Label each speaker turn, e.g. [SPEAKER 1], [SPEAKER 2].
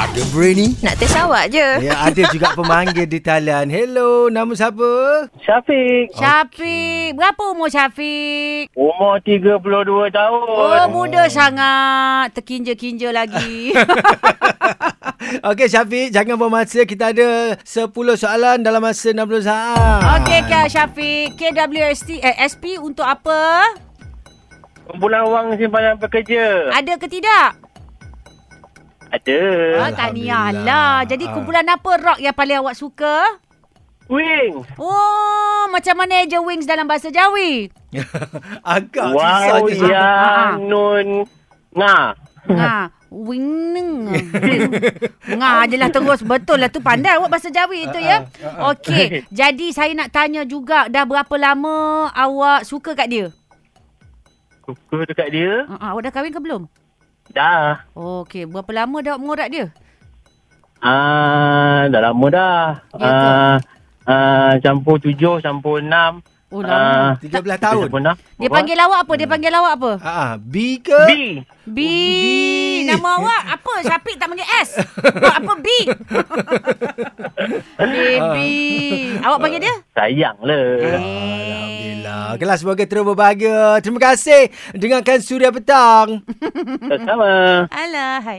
[SPEAKER 1] Ada brainy.
[SPEAKER 2] Nak test awak je.
[SPEAKER 1] Ya, ada juga pemanggil di talian. Hello, nama siapa?
[SPEAKER 3] Syafiq.
[SPEAKER 4] Syafiq. Berapa umur Syafiq?
[SPEAKER 3] Umur 32 tahun.
[SPEAKER 4] Oh, muda sangat. Terkinja-kinja lagi.
[SPEAKER 1] Okey, Syafiq, jangan buang masa. Kita ada 10 soalan dalam masa 60 saat.
[SPEAKER 4] Okey, Kak Syafiq. KWST, eh, SP untuk apa?
[SPEAKER 3] Kumpulan wang simpanan pekerja.
[SPEAKER 4] Ada ke tidak?
[SPEAKER 3] Ada.
[SPEAKER 4] Ah, tahniah lah. Jadi
[SPEAKER 1] Ah.
[SPEAKER 4] kumpulan apa rock yang paling awak suka?
[SPEAKER 3] Wing.
[SPEAKER 4] Oh, macam mana je Wings dalam bahasa Jawi?
[SPEAKER 1] Agak susah
[SPEAKER 3] Wow,
[SPEAKER 1] je. Syafiq.
[SPEAKER 4] ya. Ah.
[SPEAKER 3] yang nun nga.
[SPEAKER 4] Nga. Ah, Wing Nga je lah terus Betul lah tu pandai awak bahasa Jawi tu ya Okey Jadi saya nak tanya juga Dah berapa lama awak suka kat dia?
[SPEAKER 3] Kuku dekat dia.
[SPEAKER 4] Uh, awak dah kahwin ke belum?
[SPEAKER 3] Dah.
[SPEAKER 4] Oh, Okey, berapa lama dah awak mengorat dia?
[SPEAKER 3] Ah, dah lama dah.
[SPEAKER 4] Ya
[SPEAKER 3] ah,
[SPEAKER 4] ke?
[SPEAKER 3] ah, campur tujuh, campur enam.
[SPEAKER 4] Oh,
[SPEAKER 3] Ah,
[SPEAKER 4] lama.
[SPEAKER 1] 13 tahun.
[SPEAKER 3] Campur enam.
[SPEAKER 4] dia
[SPEAKER 3] Apa?
[SPEAKER 4] panggil awak apa? Dia panggil awak apa?
[SPEAKER 1] Ha, ah, B ke?
[SPEAKER 3] B.
[SPEAKER 4] B.
[SPEAKER 1] B.
[SPEAKER 4] Nama awak apa? Syafiq tak panggil S. Awak apa B? Baby. Awak panggil dia?
[SPEAKER 3] Sayang
[SPEAKER 4] Ah.
[SPEAKER 3] lah.
[SPEAKER 1] Alhamdulillah. Kelas semoga terus berbahagia. Terima kasih. Dengarkan Suria Petang.
[SPEAKER 3] Sama.
[SPEAKER 4] Alah, hai.